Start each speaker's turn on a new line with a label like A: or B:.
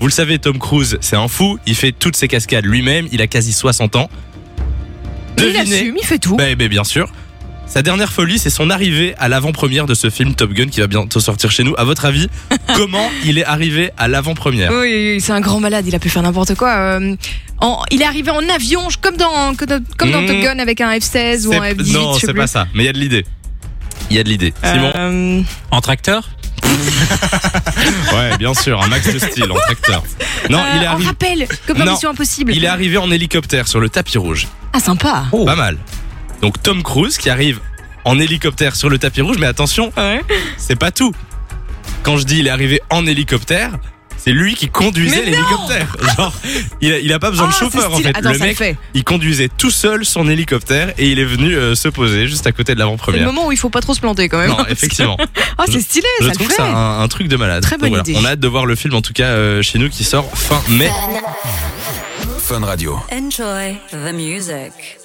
A: Vous le savez, Tom Cruise, c'est un fou. Il fait toutes ses cascades lui-même. Il a quasi 60 ans.
B: Et Il assume, il fait tout.
A: Ben, ben, bien sûr. Sa dernière folie, c'est son arrivée à l'avant-première de ce film Top Gun qui va bientôt sortir chez nous. À votre avis, comment il est arrivé à l'avant-première
B: Oui, oui, oui, c'est un grand malade, il a pu faire n'importe quoi. euh, en- il est arrivé en avion, je- comme dans, comme dans, comme dans
A: Mmh.
B: Top Gun avec un F-16 ou un
A: C'est-
B: F-18.
A: Non,
B: je sais
A: c'est
B: plus.
A: pas ça. Mais il y a de l'idée. Il y a de l'idée. Simon
B: Euh,
C: En tracteur
A: Ouais, bien sûr, un max de style en tracteur. Non,
B: euh,
A: il est
B: en
A: arrivé.
B: rappel, comme dans
A: Non.
B: Mission Impossible.
A: Il est arrivé en hélicoptère sur le tapis rouge.
B: Ah, sympa.
C: Oh.
A: Pas mal. Donc Tom Cruise qui arrive en hélicoptère sur le tapis rouge, mais attention, c'est pas tout. Quand je dis il est arrivé en hélicoptère, c'est lui qui conduisait
B: Mais non
A: l'hélicoptère. Genre, il a, il a pas besoin de
B: Ah,
A: chauffeur
B: c'est
A: en
B: stylé.
A: fait.
B: Attends,
A: le
B: ça
A: mec,
B: fait.
A: il conduisait tout seul son hélicoptère et il est venu euh, se poser juste à côté de
B: C'est le
A: l'avant-première.
B: moment où il faut pas trop se planter quand même.
A: Non,
B: Parce que-
A: effectivement.
B: Ah, c'est stylé,
A: Je
B: ça le
A: trouve
B: fait.
A: ça un, un truc de malade.
B: Très bonne idée.
A: On a hâte de voir le film en tout cas euh, chez nous qui sort fin mai.
D: Fun Radio.
E: Enjoy the music.